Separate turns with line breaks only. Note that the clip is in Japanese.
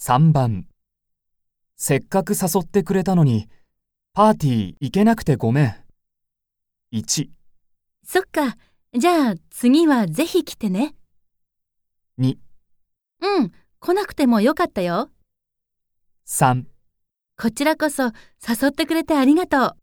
3番せっかく誘ってくれたのにパーティー行けなくてごめん1
そっか。じゃあ次はぜひ来てね。
2
うん、来なくてもよかったよ。
3
こちらこそ誘ってくれてありがとう。